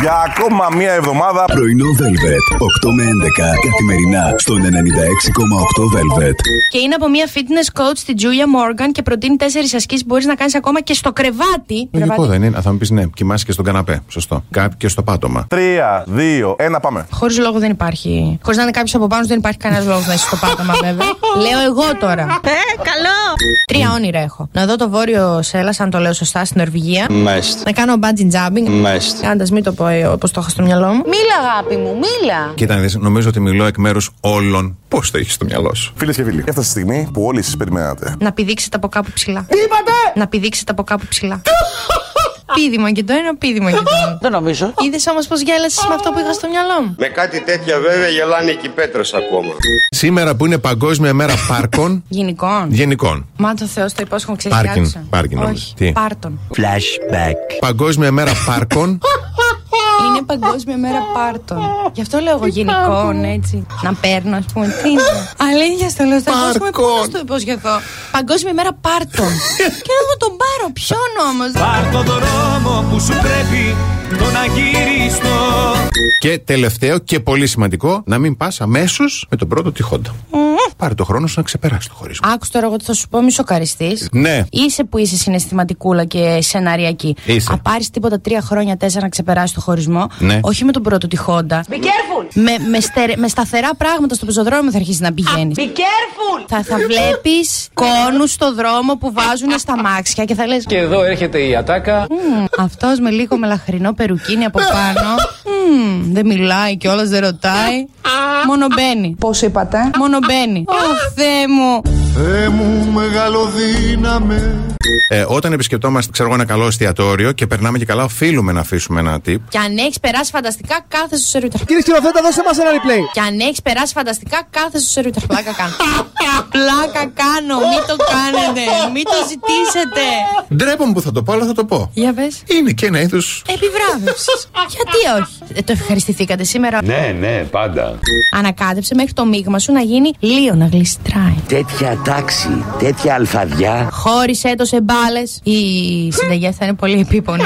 για ακόμα μία εβδομάδα. Πρωινό Velvet. 8 με 11 καθημερινά στον 96,8 Velvet. Και είναι από μια fitness coach την Julia Morgan και προτείνει τέσσερις ασκήσεις που μπορείς να κάνεις ακόμα και στο κρεβάτι. Λογικό δεν είναι. Α, Θα μου πεις ναι, κοιμάσαι και στον καναπέ. Σωστό. Κάποιοι και στο πάτωμα. Τρία, δύο, ένα, πάμε. Χωρίς λόγο δεν υπάρχει. Χωρίς να είναι κάποιος από πάνω σου δεν υπάρχει κανένας λόγος να είσαι στο πάτωμα, βέβαια. λέω εγώ τώρα. Ε, καλό! Τρία όνειρα έχω. Να δω το βόρειο Σέλλα, αν το λέω σωστά, στην Νορβηγία. Μάλιστα. Να κάνω bungee jumping. Μάλιστα. Κάντας, μην το πω όπως το είχα στο μυαλό μου. Μίλα, αγάπη μου, μίλα! Κοίτα, να δεις, νομίζω ότι μιλώ εκ μέρους όλων. Πώς το έχεις στο μυαλό σου. Φίλες και φίλοι, έφτασε η στιγμή που όλοι εσεί περιμένατε. Να πηδήξετε από κάπου ψηλά. Τι είπατε! Να πηδήξετε από κάπου ψηλά. πίδημα και το ένα, πίδημα και το άλλο. Δεν νομίζω. Είδες όμως πω γέλασες με αυτό που είχα στο μυαλό μου. Με κάτι τέτοια βέβαια γελάνε και οι πέτρες ακόμα. Σήμερα που είναι Παγκόσμια Μέρα Πάρκων Γενικών. Γενικών. Μα το Θεός το υπόσχομαι ξέρει Πάρκιν, τι άκουσα. πάρκιν Όχι, νόμιζα. Τι? Πάρτον. Παγκόσμια Μέρα Πάρκων. Είναι παγκόσμια μέρα πάρτων. Γι' αυτό λέω εγώ γενικών, έτσι. Να παίρνω, ας πούμε. Τι είναι. Αλήθεια στο λέω. Θα υπόσχομαι Πάρκων. πώς το υποσχεθώ. Παγκόσμια μέρα πάρτων. Και εγώ τον πάρω. Ποιον όμως. Πάρ το δρόμο που σου πρέπει το να γυρίσω. και τελευταίο και πολύ σημαντικό, να μην πας αμέσως με τον πρώτο τυχόντα. Πάρε το χρόνο σου να ξεπεράσεις το χωρισμό. Άκου τώρα εγώ τι θα σου πω, μη σοκαριστείς. Ναι. Είσαι που είσαι συναισθηματικούλα και σεναριακή. Είσαι. Αν πάρεις τίποτα τρία χρόνια, τέσσερα να ξεπεράσεις το χωρισμό, Ναι. όχι με τον πρώτο τη Χόντα. Be careful! Με, με, στερε- με σταθερά πράγματα στο πεζοδρόμιο θα αρχίσεις να πηγαίνεις. Be careful! Θα, θα βλέπεις κόνους στο δρόμο που βάζουν στα μάξια και θα λες. Και εδώ έρχεται η ατάκα. Αυτός με λίγο μελαχρινό περουκίνι από πάνω. Μμμ, δεν μιλάει κιόλας, δεν ρωτάει. Μόνο μπαίνει. Πώς είπατε? Μόνο μπαίνει. Ω, Θεέ μου. Ε, όταν επισκεπτόμαστε, ξέρω εγώ, ένα καλό εστιατόριο και περνάμε και καλά, οφείλουμε να αφήσουμε ένα τύπ. Και αν έχεις περάσει φανταστικά, κάθε στο σερβιτόρ. Κύριε σκηνοθέτα, δώστε μας ένα replay. Και αν έχεις περάσει φανταστικά, κάθε στο σερβιτόρ. Πλάκα κάνω. Πλάκα κάνω. Μην το κάνετε. Μην το ζητήσετε. Ντρέπομαι που θα το πω, αλλά θα το πω. Για πες. Είναι και ένα είδος. Επιβράβευσης. Γιατί όχι. Ε, το ευχαριστηθήκατε σήμερα. Ναι, ναι, πάντα. Ανακάτεψε μέχρι το μείγμα σου να γίνει λίγο να γλιστράει. Τέτοια τάξη, τέτοια αλφαδιά. Χώρισε το σε μπάλες. Η συνταγή θα είναι πολύ επίπονη.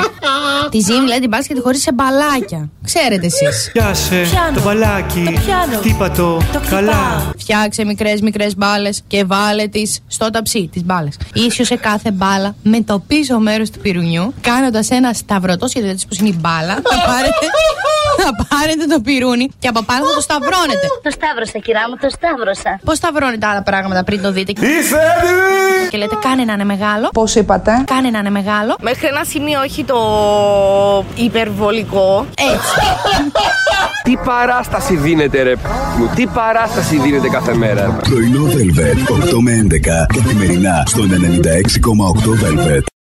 τη ζύμη λέει την πα και τη χωρί σε μπαλάκια. Ξέρετε εσείς. Πιάσε Πιάνω. το Το μπαλάκι. πιάνω. Χτύπα το. Καλά. Φτιάξε μικρές μικρές μπάλες και βάλε τις στο ταψί. Τις μπάλες. Ίσιοσε κάθε μπάλα με το πίσω μέρος του πυρουνιού, κάνοντας ένα σταυρωτό σχεδιό τη που είναι η μπάλα. Θα πάρετε, θα πάρετε το πυρούνι και από πάνω θα το σταυρώνετε. Το σταύρωσα, κυρία μου, το σταύρωσα. Πώς σταυρώνετε άλλα πράγματα πριν το δείτε Είστε έτοιμοι! και λέτε κάνε να είναι μεγάλο. Πώς είπατε. Κάνε να είναι μεγάλο. Μέχρι ένα σημείο, όχι το υπερβολικό. Έτσι. Τι παράσταση δίνεται, ρε. Μου, τι παράσταση δίνεται κάθε μέρα. Πρωινό Velvet. 8 με 11 καθημερινά στον 96,8 Velvet.